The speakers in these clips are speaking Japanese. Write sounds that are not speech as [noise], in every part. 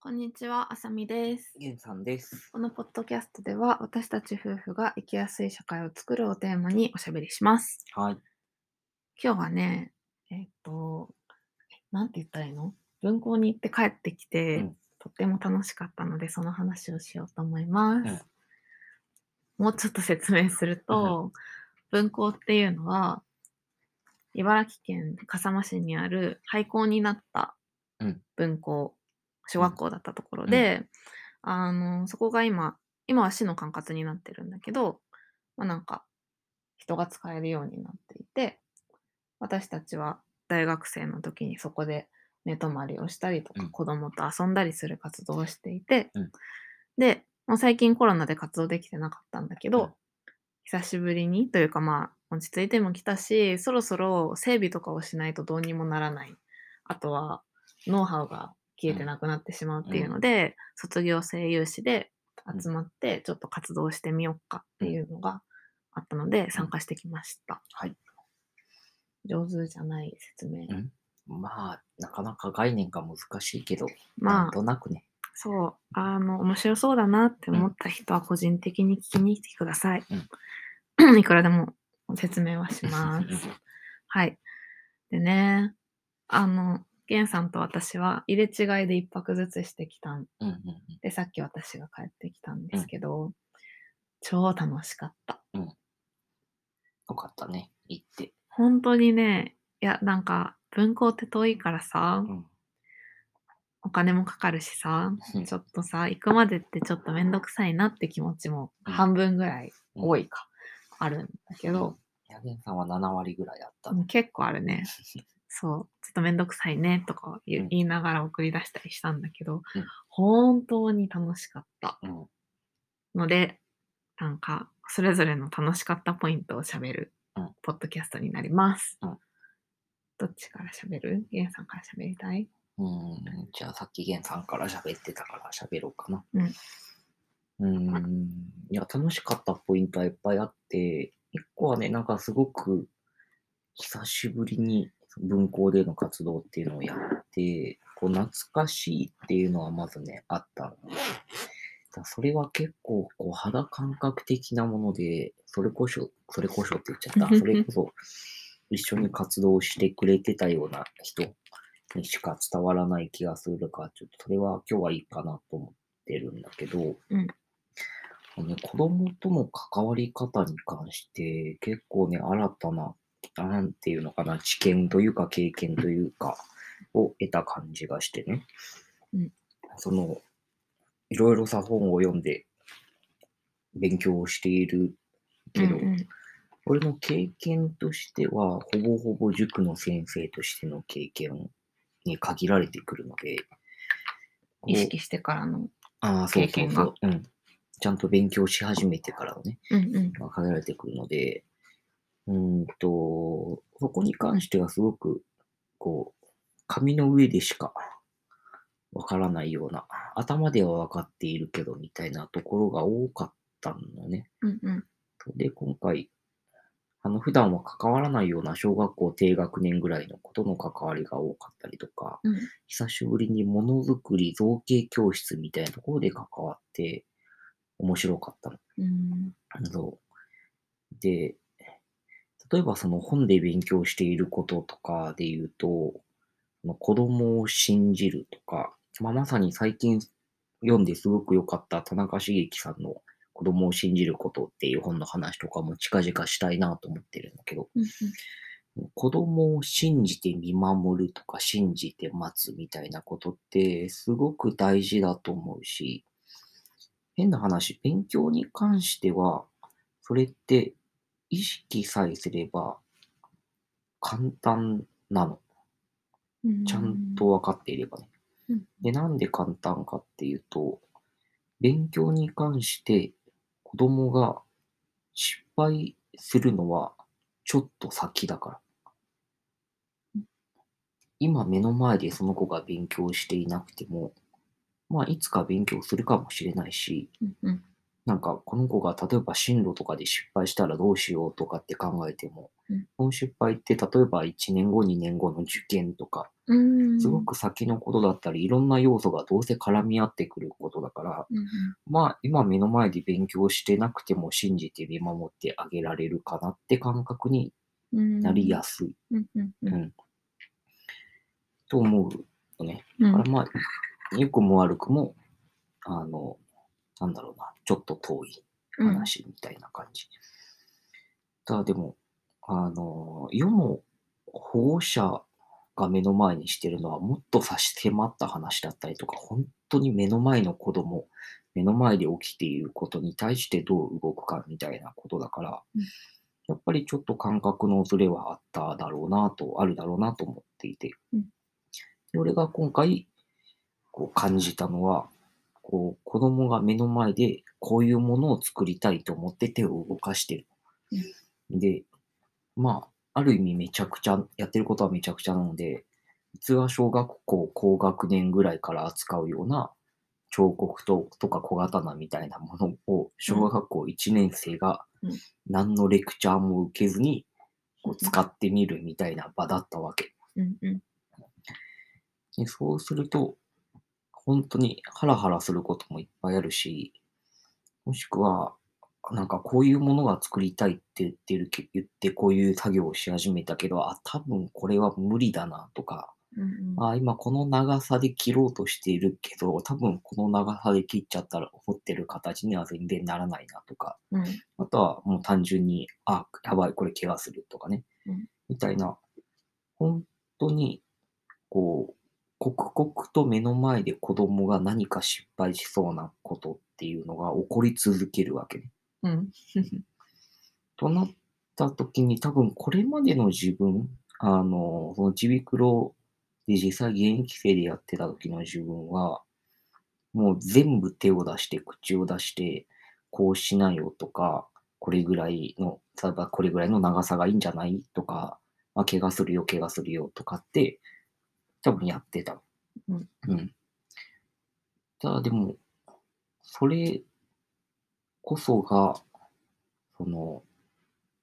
こんにちは、あさみです。ゲンさんです。このポッドキャストでは、私たち夫婦が生きやすい社会を作るをテーマにおしゃべりします。はい。今日はね、えっと、なんて言ったらいいの文校に行って帰ってきて、うんとっても楽しかったので、その話をしようと思います。もうちょっと説明すると、文校っていうのは、茨城県笠間市にある廃校になったうん文校、小学校だったところで、あの、そこが今、今は市の管轄になってるんだけど、まあ、なんか、人が使えるようになっていて、私たちは大学生の時にそこで寝泊まりをしたりとか、うん子供と遊んだりする活動をしていて、うんで、もう最近コロナで活動できてなかったんだけど、うん久しぶりにというかまあ落ち着いても来たし、そろそろ整備とかをしないとどうにもならない。あとはノウハウが消えてなくなってしまうっていうので、卒業生有志で集まってちょっと活動してみようかっていうのがあったので参加してきました。はい。上手じゃない説明。うんまあ、なかなか概念が難しいけど、なまんあ、となくね。そう、あの、面白そうだなって思った人は個人的に聞きに来てください。 [clears throat] いくらでも説明はします。はい。でね、あの、ゲンさんと私は入れ違いで一泊ずつしてきたんうんうんで、さっき私が帰ってきたんですけど、超楽しかった。よかったね。[laughs] 行って。本当にね、いや、なんか、文校って遠いからさ、ん。お金もかかるしさ、うんちょっとさ、行くまでってちょっとめんどくさいなって気持ちもうん半分ぐらい、うん多いか、あるんだけど、ヤゲンさんは7割ぐらいあった。うん結構あるね。そう、ちょっとめんどくさいねとか言,、うん言いながら送り出したりしたんだけど、うん本当に楽しかった [laughs] うん。ので、なんか、それぞれの楽しかったポイントを喋るうん、ポッドキャストになります。うんどっちから喋るゲンさんから喋りたいうん。じゃあ、さっきゲンさんから喋ってたから喋ろうかな。うんうん。いや、楽しかったポイントはいっぱいあって、一個はね、なんかすごく、久しぶりに文校での活動っていうのをやって、こう懐かしいっていうのはまずね、あったの。だからそれは結構こう肌感覚的なもので、それこそ、それこそって言っちゃった。それこそ、一緒に活動してくれてたような人にしか伝わらない気がするから、ちょっとそれは今日はいいかなと思ってるんだけど、うんあのね、子供との関わり方に関して、結構ね、新たななんていうのかな、知見というか経験というか、を得た感じがしてね。うんその、いろいろさ、本を読んで、勉強をしているけど、うんうん俺の経験としては、ほぼほぼ塾の先生としての経験に限られてくるので、こう意識してからの。ああ、そう経そう験そがう、うん。ちゃんと勉強し始めてからのね、うんうんまあ限られてくるので、うーんと、そこに関してはすごく、こう、紙の上でしかわからないような、頭ではわかっているけど、みたいなところが多かったんだね。うんうんで、今回、あの、普段は関わらないような小学校低学年ぐらいのことの関わりが多かったりとか、うん久しぶりにものづくり造形教室みたいなところで関わって、面白かったのうんそう。で、例えばその本で勉強していることとかで言うと、その子供を信じるとか、まあ、まさに最近読んですごく良かった田中茂樹さんの子供を信じることっていう本の話とかも近々したいなと思ってるんだけど、うん子供を信じて見守るとか信じて待つみたいなことってすごく大事だと思うし、変な話、勉強に関しては、それって意識さえすれば簡単なの。うんちゃんと分かっていればね。うんで、なんで簡単かっていうと、勉強に関して子供が失敗するのはちょっと先だからうん。今目の前でその子が勉強していなくても、まあいつか勉強するかもしれないし、うんうんなんかこの子が例えば進路とかで失敗したらどうしようとかって考えても、うんその失敗って例えば1年後2年後の受験とかうんすごく先のことだったりいろんな要素がどうせ絡み合ってくることだからうんうんまあ今目の前で勉強してなくても信じて見守ってあげられるかなって感覚にうんなりやすいうんうんうんうんと思うのね。うだんからまあ良くも悪くもあのなんだろうなちょっと遠い。うん話みたいな感じ。ただでも、あの、世の保護者が目の前にしてるのはもっと差し迫った話だったりとか、本当に目の前の子供、目の前で起きていることに対してどう動くかみたいなことだから、うんやっぱりちょっと感覚のズレはあっただろうなと、あるだろうなと思っていて、うんで俺が今回こう感じたのは、こう子供が目の前でこういうものを作りたいと思って手を動かしてる。で、まあ、ある意味めちゃくちゃ、やってることはめちゃくちゃなので、普通は小学校高学年ぐらいから扱うような彫刻刀とか小刀みたいなものを小学校1年生がうん何のレクチャーも受けずにこう使ってみるみたいな場だったわけ。うんうんでそうすると、本当にハラハラすることもいっぱいあるし、もしくは、なんかこういうものが作りたいって言ってるけ、言ってこういう作業をし始めたけど、あ、多分これは無理だなとか、うんうんあ、今この長さで切ろうとしているけど、多分この長さで切っちゃったら掘ってる形には全然ならないなとか、うんあとはもう単純に、あ、やばい、これ怪我するとかねうん。みたいな、本当に、こう、刻々と目の前で子供が何か失敗しそうなことっていうのが起こり続けるわけね。うんとなった時に多分これまでの自分、あの、そのちびくろで実際現役生でやってた時の自分は、もう全部手を出して、口を出して、こうしなよとか、これぐらいの、例えばこれぐらいの長さがいいんじゃないとか、あ、怪我するよ、怪我するよとかって、多分やってた。うん。うん。ただでも、それこそが、その、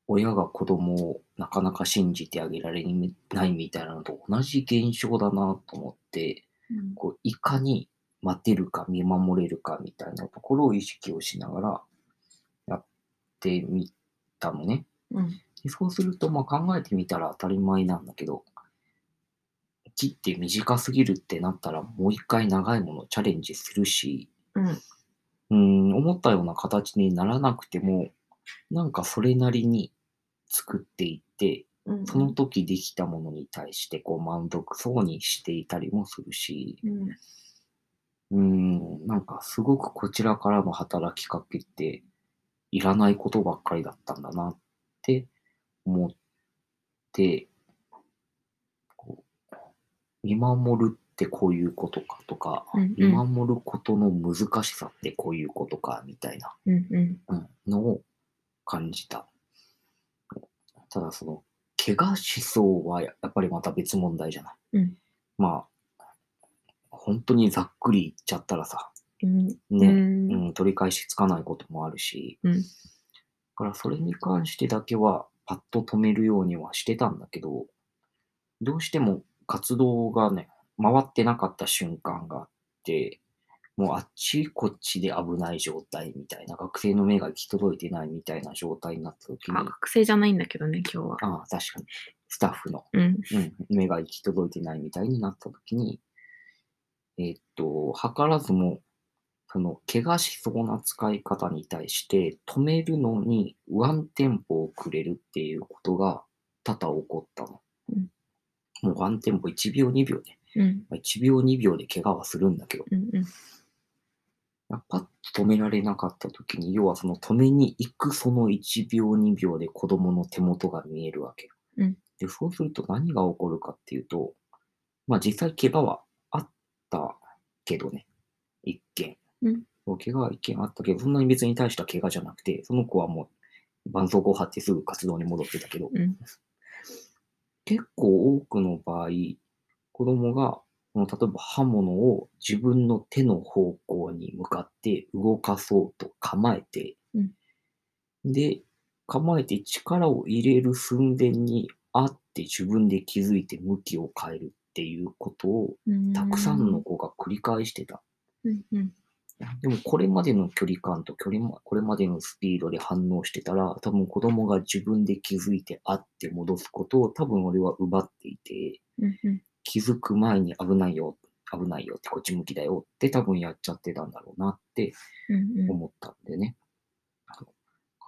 親が子供をなかなか信じてあげられないみたいなのと同じ現象だなと思って、うんこういかに待てるか見守れるかみたいなところを意識をしながらやってみたのね。うんでそうすると、まあ、考えてみたら当たり前なんだけど、切って短すぎるってなったら、もう一回長いものチャレンジするし、うんうん、思ったような形にならなくても、なんかそれなりに作っていって、うんその時できたものに対してこう満足そうにしていたりもするし、うんうん、なんかすごくこちらからの働きかけっていらないことばっかりだったんだなって思って、こう見守るってこういうことかとか、うん見守ることの難しさってこういうことかみたいなうんうんうんのを感じた。ただその、怪我しそうはややっぱりまた別問題じゃない。うんまあ、本当にざっくり言っちゃったらさ、うんね、うんうん、取り返しつかないこともあるし、うんだからそれに関してだけはパッと止めるようにはしてたんだけど、どうしても活動がね、回ってなかった瞬間があって、もうあっちこっちで危ない状態みたいな、学生の目が行き届いてないみたいな状態になった時に、ああ学生じゃないんだけどね今日は。あ、確かに、スタッフのうんうん、目が行き届いてないみたいになった時に、えーっと、図らずも、その、怪我しそうな使い方に対して、止めるのにワンテンポ遅れるっていうことが多々起こったの。うんもうワンテンポ1秒2秒ね。うんまあ1秒2秒で怪我はするんだけど、うんうんパッと止められなかった時に、要はその止めに行くその1秒2秒で子供の手元が見えるわけ。うんで、そうすると何が起こるかっていうと、まあ実際怪我はあったけどね、一件。うんそう怪我は一件あったけど、そんなに別に大した怪我じゃなくて、その子はもう絆創膏を貼ってすぐ活動に戻ってたけど、うん結構多くの場合、子供がこの例えば刃物を自分の手の方向に向かって動かそうと構えて、うんで、構えて力を入れる寸前にあって自分で気づいて向きを変えるっていうことをたくさんの。子が繰り返してた。うんうん。でもこれまでの距離感と距離ま、これまでのスピードで反応してたら、多分子供が自分で気づいてあって戻すことを多分俺は奪っていて、うんうん。気づく前に危ないよ、危ないよってこっち向きだよって多分やっちゃってたんだろうなってうんうん。思ったんでね。そ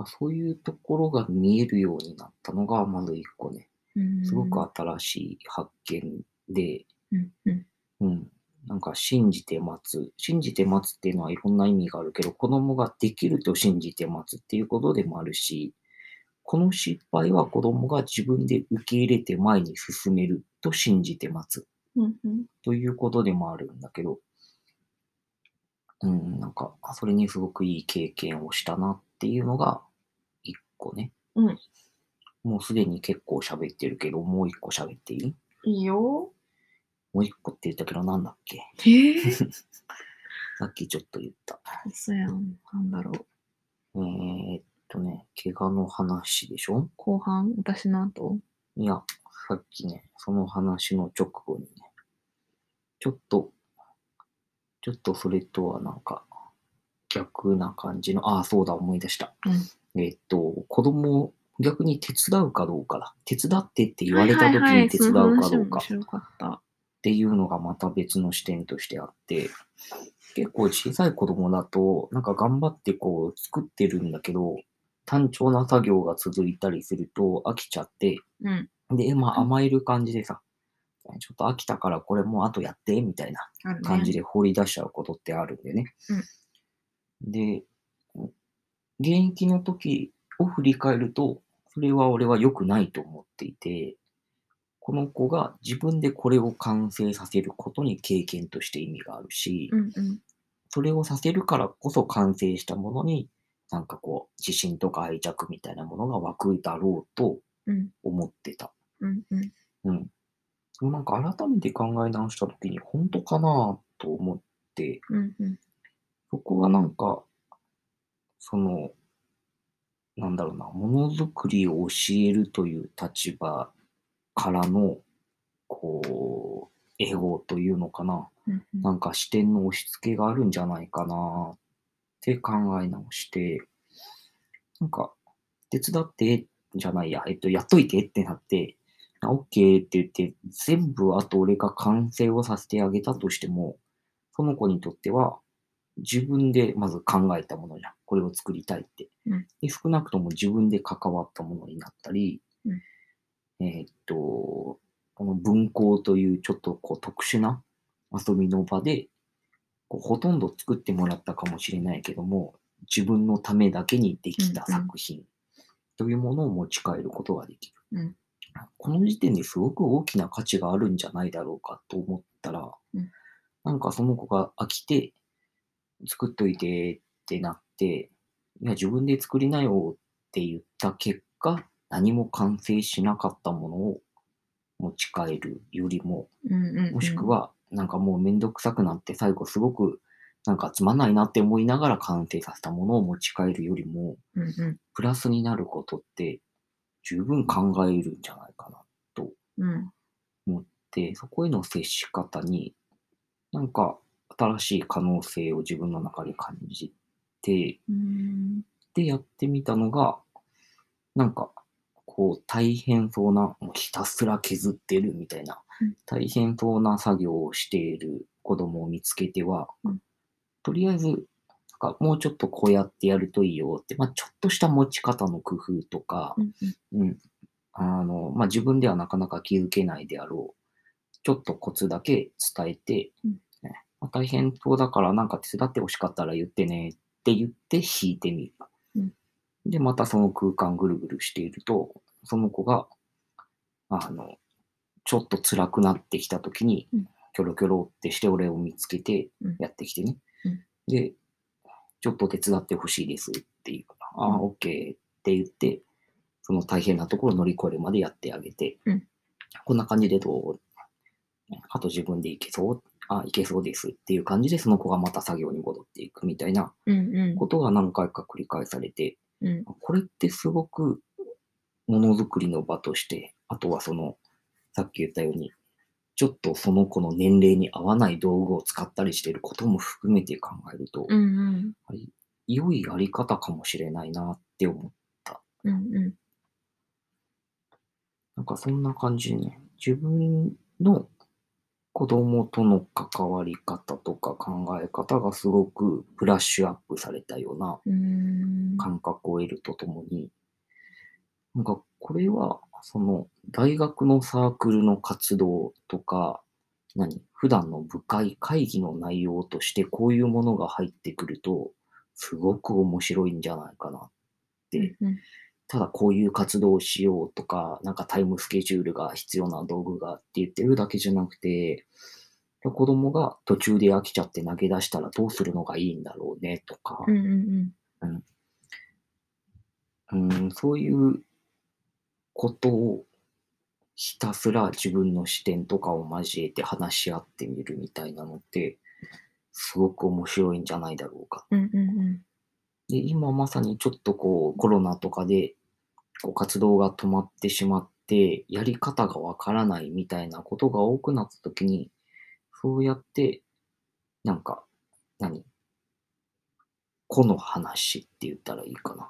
うそういうところが見えるようになったのがまず一個ね、うんすごく新しい発見で、うんうん。うん。なんか信じて待つ。信じて待つっていうのはいろんな意味があるけど、子供ができると信じて待つっていうことでもあるし、この失敗は子供が自分で受け入れて前に進めると信じて待つ。うんうん。ということでもあるんだけど、うん、なんか、あそれにすごくいい経験をしたなっていうのが、一個ね。うんもうすでに結構喋ってるけど、もう一個喋っていいいいよ。もう一個って言ったけど、なんだっけえぇ、さっきちょっと言った。そうやん。なんだろう。えー、っとね、怪我の話でしょ後半、私の後いや、さっきね、その話の直後にね、ちょっと、ちょっとそれとはなんか、逆な感じの、ああ、そうだ、思い出した。えっと、子供を逆に手伝うかどうかだ。手伝ってって言われた時に手伝うかどうか面白かった。っていうのがまた別の視点としてあって、結構小さい子供だと、なんか頑張ってこう作ってるんだけど、単調な作業が続いたりすると飽きちゃって、うん。で、まあうん甘える感じでさ、ちょっと飽きたからこれもうあとやって、みたいなあるね感じで放り出しちゃうことってあるんでね。で、現役の時を振り返ると、それは俺は良くないと思っていて、この子が自分でこれを完成させることに経験として意味があるし、うんうん。それをさせるからこそ完成したものに、なんかこう、自信とか愛着みたいなものが湧くだろうとうん思ってた。うんうん。うん。でもなんか改めて考え直した時に本当かなと思って、うんうん。そこはなんか、その、なんだろうな、ものづくりを教えるという立場からの、こう、英語というのかな、うんうんなんか視点の押し付けがあるんじゃないかなって考え直して、なんか、手伝って、じゃないや、えっと、やっといてってなって、あオッケーって言って、全部あと俺が完成をさせてあげたとしても、その子にとっては、自分でまず考えたものじゃん。これを作りたいって。うんで少なくとも自分で関わったものになったり、うんえーっと、この文校というちょっとこう特殊な遊びの場で、こうほとんど作ってもらったかもしれないけども、自分のためだけにできた作品というものを持ち帰ることができうる。んこの時点ですごく大きな価値があるんじゃないだろうかと思ったら、うんなんかその子が飽きて、作っといてってなって、いや、自分で作りなよって言った結果、何も完成しなかったものを持ち帰るよりも、うんうんうんもしく、は、なんかもうめんどくさくなって、最後すごく、なんかつまんないなって思いながら完成させたものを持ち帰るよりも、うんうプラスになることって十分考えるんじゃないかな。んうんで、そこへの接し方に、なんか新しい可能性を自分の中で感じて、うんでやってみたのが、なんか、こう大変そうな、もうひたすら削ってるみたいなうん、大変そうな作業をしている子供を見つけてはうん、とりあえず、なんかもうちょっとこうやってやるといいよって、まあちょっとした持ち方の工夫とかう、んうん。あの、まあ、自分ではなかなか気づけないであろう。ちょっとコツだけ伝えて、うんねまあ、大変そうだからなんか手伝ってほしかったら言ってねって言って引いてみる。うんで、またその空間ぐるぐるしていると、その子が、あの、ちょっと辛くなってきた時にうん、キョロキョロってして俺を見つけてうんやってきてね。うんで、ちょっと手伝ってほしいですっていうから、ああ、うんオッケーって言って、その大変なところを乗り越えるまでやってあげて、うんこんな感じでどうあと自分でいけそう、あ、いけそうですっていう感じで、その子がまた作業に戻っていくみたいなうんうんことが何回か繰り返されて、うんこれってすごくものづくりの場として、あとはその、さっき言ったように、ちょっとその子の年齢に合わない道具を使ったりしていることも含めて考えると、うんうん良いやり方かもしれないなって思う。うんうんなんかそんな感じね。自分の子供との関わり方とか考え方がすごくブラッシュアップされたようなうーん感覚を得るとともに、なんかこれは、その大学のサークルの活動とか、何普段の部会会議の内容としてこういうものが入ってくると、すごく面白いんじゃないかな。でうんただこういう活動をしようとか、なんかタイムスケジュールが必要な道具がって言ってるだけじゃなくて、子供が途中で飽きちゃって投げ出したらどうするのがいいんだろうねとか、うんうんうん、そういうことをひたすら自分の視点とかを交えて話し合ってみるみたいなのって、すごく面白いんじゃないだろうか。うんうんうんで、今まさにちょっとこうコロナとかでこう活動が止まってしまって、やり方がわからないみたいなことが多くなった時に、そうやって、なんか、何個の話って言ったらいいかな。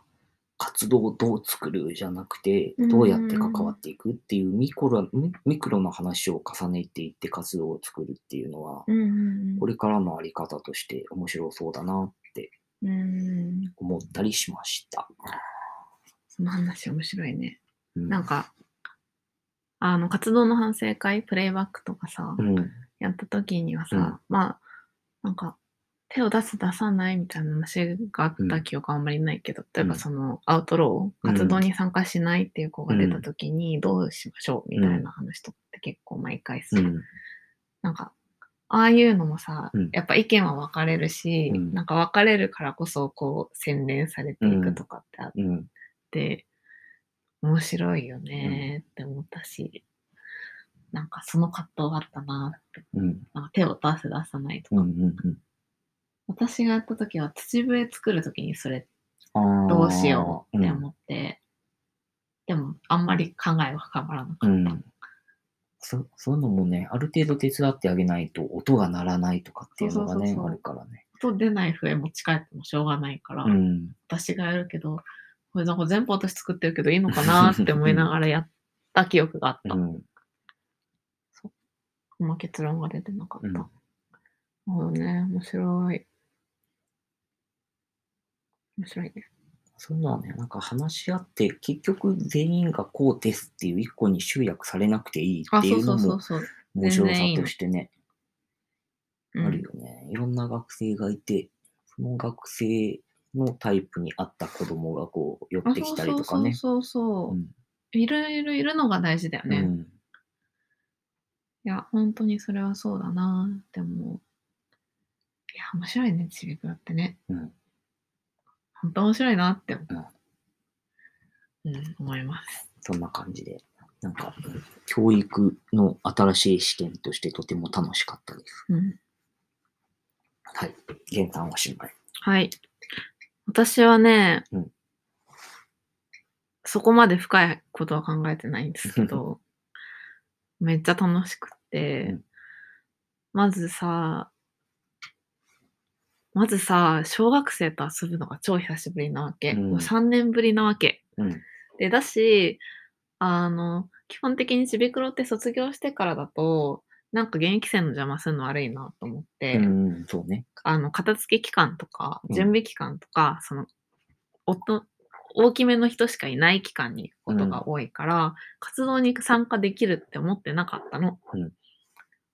活動をどう作るじゃなくて、うんどうやって関わっていくっていうミクロミミクロの話を重ねていって活動を作るっていうのは、うんうんこれからのあり方として面白そうだなってうんうん思ったりしました。その話面白いねうんなんかあの活動の反省会プレイバックとかさうん、やった時にはさ、うんまあなんか手を出す出さないみたいな話があった記憶はあんまりないけど、例えばそのアウトローうん活動に参加しないっていう子が出た時にどうしましょうみたいな話とかって結構毎回すうる、ん、なんかああいうのもさ、うんやっぱ意見は分かれるし、うんなんか分かれるからこそこう洗練されていくとかってあっうん、て、面白いよねーって思ったし、なんかその葛藤があったなーってうん、なんか手を出せ出さないとうん、か、うんうん。私がやった時は土笛作る時にそれあーどうしようって思って、でもあんまり考えは深まらなかった、うん。うんそそういうのもね、ある程度手伝ってあげないと音が鳴らないとかっていうのそがね、うそうそうそうあるからね。音出ない笛持ち帰ってもしょうがないから、うん。私がやるけどこれなんか全部私作ってるけどいいのかなって思いながらやった記憶があっうた、ん。まあ結論が出てなかった、うんなるほどね面白い面白いねそういうのはね、なんか話し合って、結局全員がこうですっていう一個に集約されなくていいあっていそううそのうそもうそう、面白全然いいさのとしてね、うあんるよね。いろんな学生がいて、その学生のタイプに合った子供がこう寄あってきたりとかね。そうそうそうそう、うんいろいろいるのが大事だよね、ういんや本当にそれはそうだなって思ういや面白いねちびくらってねうん本当面白いなって思う、うん思いますそんな感じで、なんか、うん教育の新しい試験としてとても楽しかったです。うんはい。玄関おしまい。はい私はね、うんそこまで深いことは考えてないんですけ [laughs] どめっちゃ楽しくって、うんまずさまずさ小学生と遊ぶのが超久しぶりなわけ、うんもう3年ぶりなわけうん。でだしあの基本的にちびくろって卒業してからだとなんか現役生の邪魔するの悪いなと思って、うん、そうね。あの片付け期間とかうん準備期間とか、そのおと大きめの人しかいない期間に行くことが多いから、活動に参加できるって思ってなかったの。うん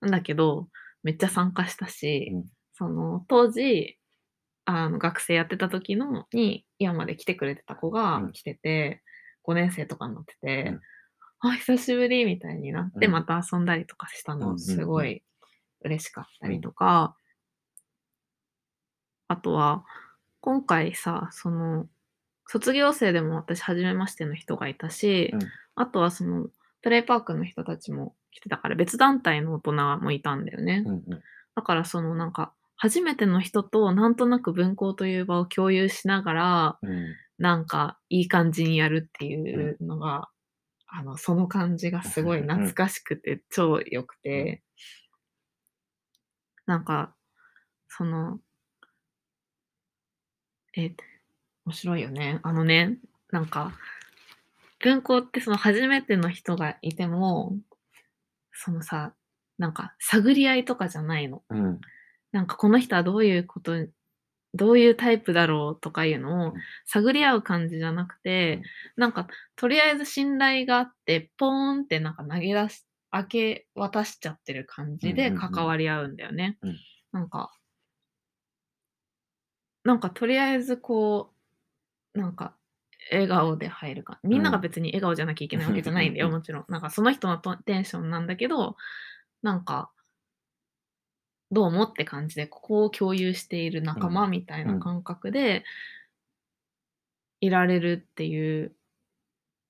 なんだけどめっちゃ参加したし、うんその当時あの学生やってた時のに今まで来てくれてた子がうん来てて、5年生とかになってて、あ久しぶりみたいになってうんまた遊んだりとかしたうんうんうのんすごい嬉しかったりとか。あとは、今回さ、その、卒業生でも私、初めましての人がいたし、うんあとはその、プレイパークの人たちも来てたから、別団体の大人もいたんだよね。うんうんだからそのなんか、初めての人となんとなく文校という場を共有しながら、うんなんかいい感じにやるっていうのが、あの、その感じがすごい懐かしくて超良くて、なんか、その、え、面白いよね。あのね、なんか、文校ってその初めての人がいても、そのさ、なんか探り合いとかじゃないの。うんなんかこの人はどういうことどういうタイプだろうとかいうのうをん探り合う感じじゃなくて、なんかとりあえず信頼があってポーンってなんか投げ出し明け渡しちゃってる感じうでんうんうん関わり合うんだよね。うんなんかなんかとりあえずこうなんか笑顔で入るかみんなが別に笑顔じゃなきゃいけないわけじゃないんだよ、うんもちろん。なんかその人のとテンションなんだけどなんかどう思って感じでここを共有している仲間うみたいうなん感覚でいられるっていう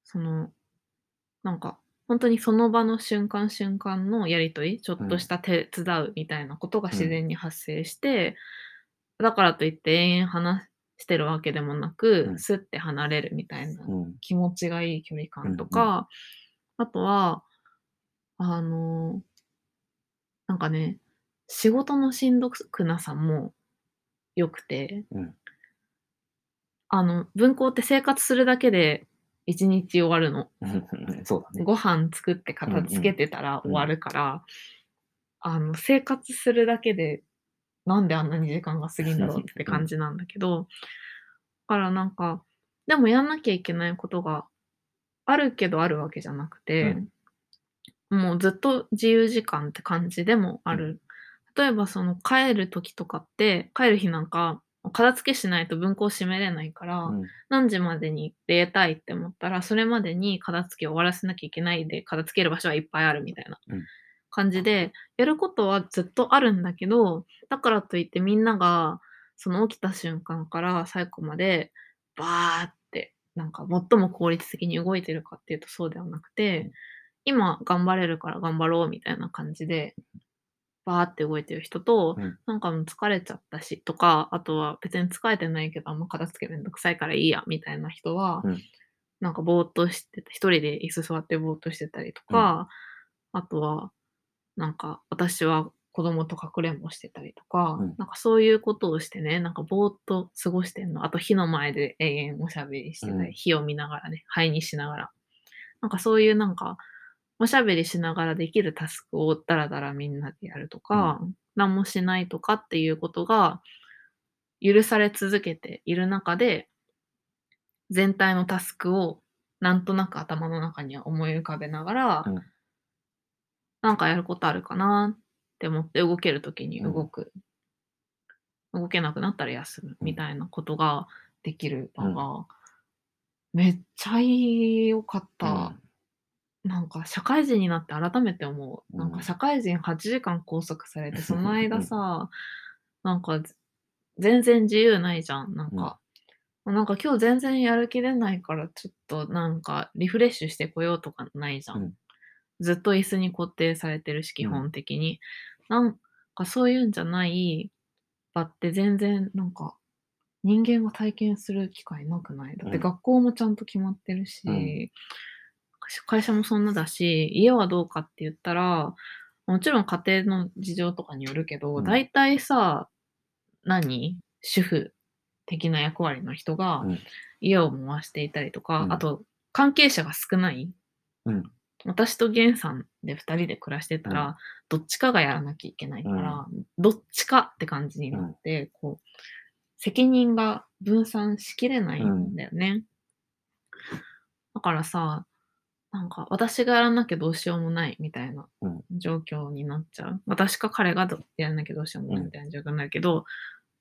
そのなんか本当にその場の瞬間瞬間のやり取りちょっとした手伝うみたいなことが自然に発生して、だからといって延々話してるわけでもなく、うんスッて離れるみたいなうん気持ちがいい距離感とうんか、あとは、あの、なんかね、仕事のしんどくなさも良くて、うんあの、文校って生活するだけで一日終わるの。うんそうだねご飯作って片付けてたら終わるから、あの、生活するだけでなんであんなに時間が過ぎるんだろうって感じなんだけど、だからなんか、でもやんなきゃいけないことがあるけどあるわけじゃなくて、もうずっと自由時間って感じでもある。例えばその帰る時とかって、帰る日なんか、片付けしないと文庫を閉めれないから、うん何時までに出たいって思ったら、それまでに片付けを終わらせなきゃいけないで、片付ける場所はいっぱいあるみたいなうん感じで、やることはずっとあるんだけど、だからといってみんなが、その起きた瞬間から最後まで、バーって、なんか最も効率的に動いてるかっていうとそうではなくうてん、今頑張れるから頑張ろうみたいな感じで、バーって動いてる人と、うんなんかもう疲れちゃったしとか、あとは別に疲れてないけど、あんま片付けめんどくさいからいいや、みたいな人は、うんなんかぼーっとしてた、一人で椅子座ってぼーっとしてたりとか、あとは、なんか私は子供とかくれんぼしてたりとか、うんなんかそういうことをしてね、なんかぼーっと過ごしてんの。あと火の前で永遠おしゃべりしてたり、うん火を見ながらね、灰にしながら。なんかそういうなんか、おしゃべりしながらできるタスクをダラダラみんなでやるとか、何もしないとかっていうことが許され続けている中で、全体のタスクをなんとなく頭の中には思い浮かべながら、うんなんかやることあるかなって思って動けるときに動く、動けなくなったら休むみたいなことができる場が、めっちゃ良かった。なんか社会人になって改めて思う。なんうかん社会人8時間拘束さ [laughs] れて、その間さ、なんかぜ全然自由ないじゃん。なんか、なんか今日全然やる気出ないから、ちょっとなんかリフレッシュしてこようとかないじゃん。うんずっと椅子に固定されてるし、基本的に。なんかそういうんじゃない場って全然なんか人間が体験する機会なくないだってうん学校もちゃんと決まってるし、うん会社もそんなだし家はどうかって言ったらもちろん家庭の事情とかによるけど、うん大体さ何主婦的な役割の人がうん家を回していたりとか、うんあと関係者が少ないうん私と源さんで2人で暮らしてたら、どっちかがやらなきゃいけないから、どっちかって感じになって、こう責任が分散しきれないんだよね、だからさなんか私がやらなきゃどうしようもないみたいなうん状況になっちゃう、私か彼がどやらなきゃどうしようもないみたいな状況になるけど、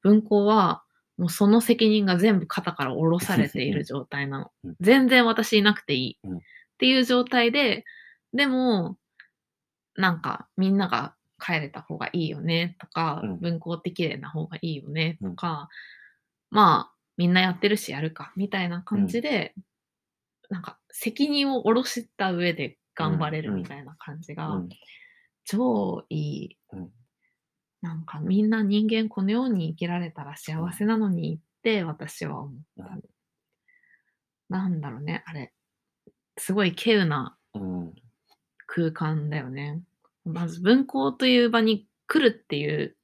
文庫はもうその責任が全部肩から下ろされている状態なのうん全然私いなくていい、うんっていう状態ででもなんかみんなが帰れた方がいいよねとか、うん文庫って綺麗な方がいいよねとか、まあみんなやってるしやるかみたいな感じで、なんか責任を下ろした上で頑張れるみたいな感じが、超いい、うんなんかみんな人間このように生きられたら幸せなのにって私は思った、うんなんだろうねあれすごい稀有なうん、うん、空間だよねまず文校という場に来るっていう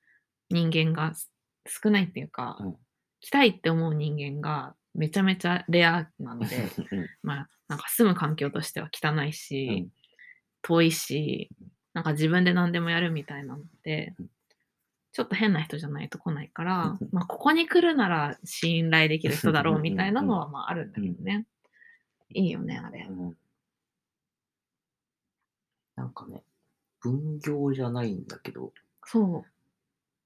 人間が少ないっていうか、うん来たいって思う人間がめちゃめちゃレアなの [laughs] でまあなんか住む環境としては汚いし、うん遠いしなんか自分で何でもやるみたいなのでうんちょっと変な人じゃないと来ないからうん、まあ、ここに来るなら信頼できる人だろうみたいなのはまああるんだけどねいいよねあれうんなんかね、分業じゃないんだけど、そ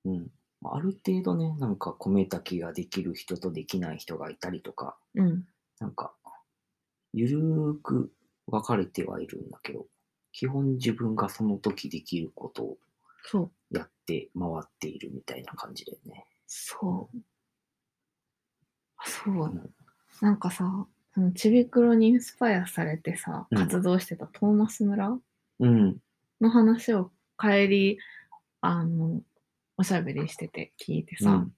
ううん、まあある程度ね、なんか米炊きができる人とできない人がいたりとか、うんなんか、ゆるーく分かれてはいるんだけど、基本自分がその時できることをそうやって回っているみたいな感じだよね。そうあそううんなんかさそのちびくろにインスパイアされてさうん活動してたトーマス村うん、の話を帰りあのおしゃべりしてて聞いてさ、うん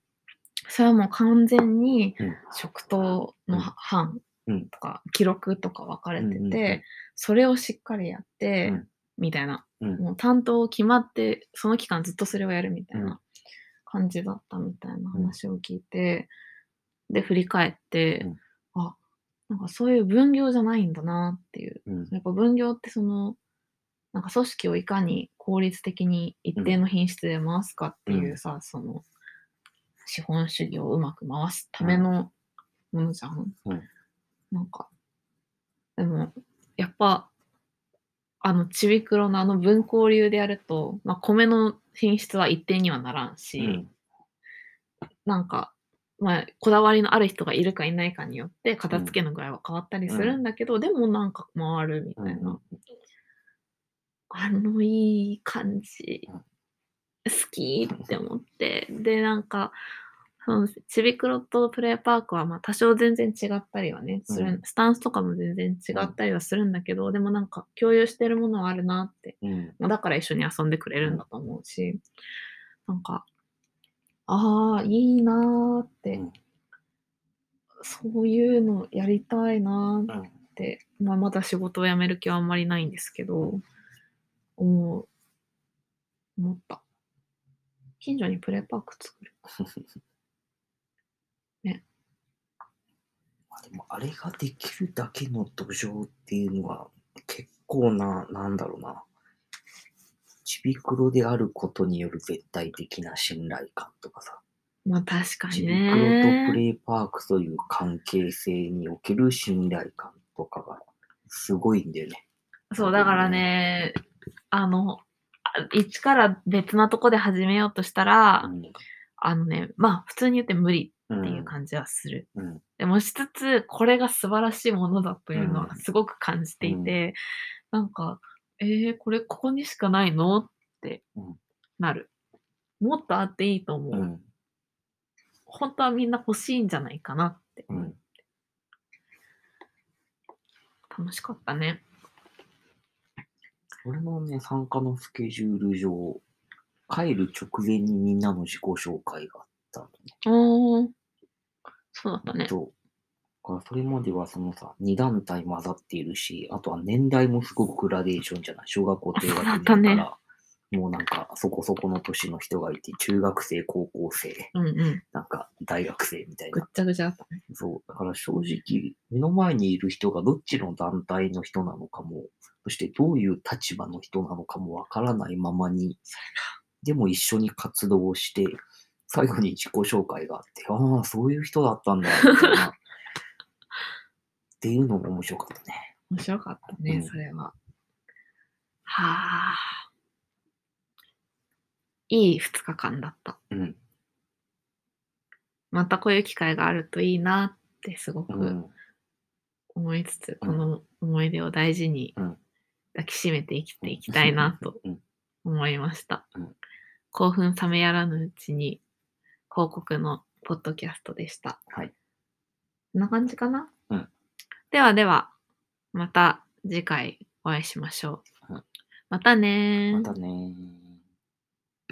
それはもう完全にうん食糖のは班うんとか記録とか分かれてて、うんうんうんそれをしっかりやって、うんみたいな、うんもう担当決まってその期間ずっとそれをやるみたいうんな感じだったみたいな話を聞いて、で振り返って、あなんかそういう分業じゃないんだなっていううん、やっぱ分業ってそのなんか組織をいかに効率的に一定の品質で回すかっていうさ、その資本主義をうまく回すためのものじゃん。うんなんかでもやっぱあのちびくろのあの分校流でやると、まあ、米の品質は一定にはならんし、うん、なんか、まあ、こだわりのある人がいるかいないかによって片付けの具合は変わったりするんだけど、でもなんか回るみたいな、うんあのいい感じうん好きって思ってでなんかそのちびくろとプレーパークはまあ多少全然違ったりはねする、うんスタンスとかも全然違ったりはするんだけど、でもなんか共有してるものはあるなってうん、まあだから一緒に遊んでくれるんだと思うし、なんか、ああ、いいなーって、うんそういうのやりたいなーっうんて、まあ、まだ仕事を辞める気はあんまりないんですけど、思う、思った。近所にプレーパーク作る。まあでもあれができるだけの土壌っていうのは結構な、なんだろうな。ちびくろであることによる絶対的な信頼感とかさ、まあ確かちにびくろとプね。レイパークという関係性における信頼感とかがすごいんだよね。そう、だからね、あの、あ一から別なとこで始めようとしたら、あのね、まあ普通に言って無理うんっていう感じはする。うんでもしつつ、これが素晴らしいものだというのうはんすごく感じていて、なんか、えー、これここにしかないのってうんなる。もっとあっていいと思う。うん本当はみんな欲しいんじゃないかなって。うん楽しかったね。俺のね、参加のスケジュール上、帰る直前にみんなの自己紹介があったのね。おーそうだったね。そう。だからそれまではそのさ、2団体混ざっているし、あとは年代もすごくグラデーションじゃない。小学校低学年かそうだっら、もうなんかそこそこの年の人がいて、中学生、高校生、うんうん。なんか大学生みたいぐっな。ちゃぐちゃだったね。そう。だから正直、目の前にいる人がどっちの団体の人なのかも、そしてどういう立場の人なのかもわからないままに、でも一緒に活動をして、最後に自己紹介があって、ああ、そういう人だったんだ、みたいな。っていうのも面白かったね。面白かったね、うんそれは。はあ。いい2日間だった。うん。またこういう機会があるといいなってすごうくん。思いつつ、うんこの思い出を大事にうん抱きしめて生きていきたいなとうん思いました。うん興奮冷めやらぬうちに広告のポッドキャストでした。はい。こんな感じかな、うんではでは、また次回お会いしましょうはい。またねーまたねー。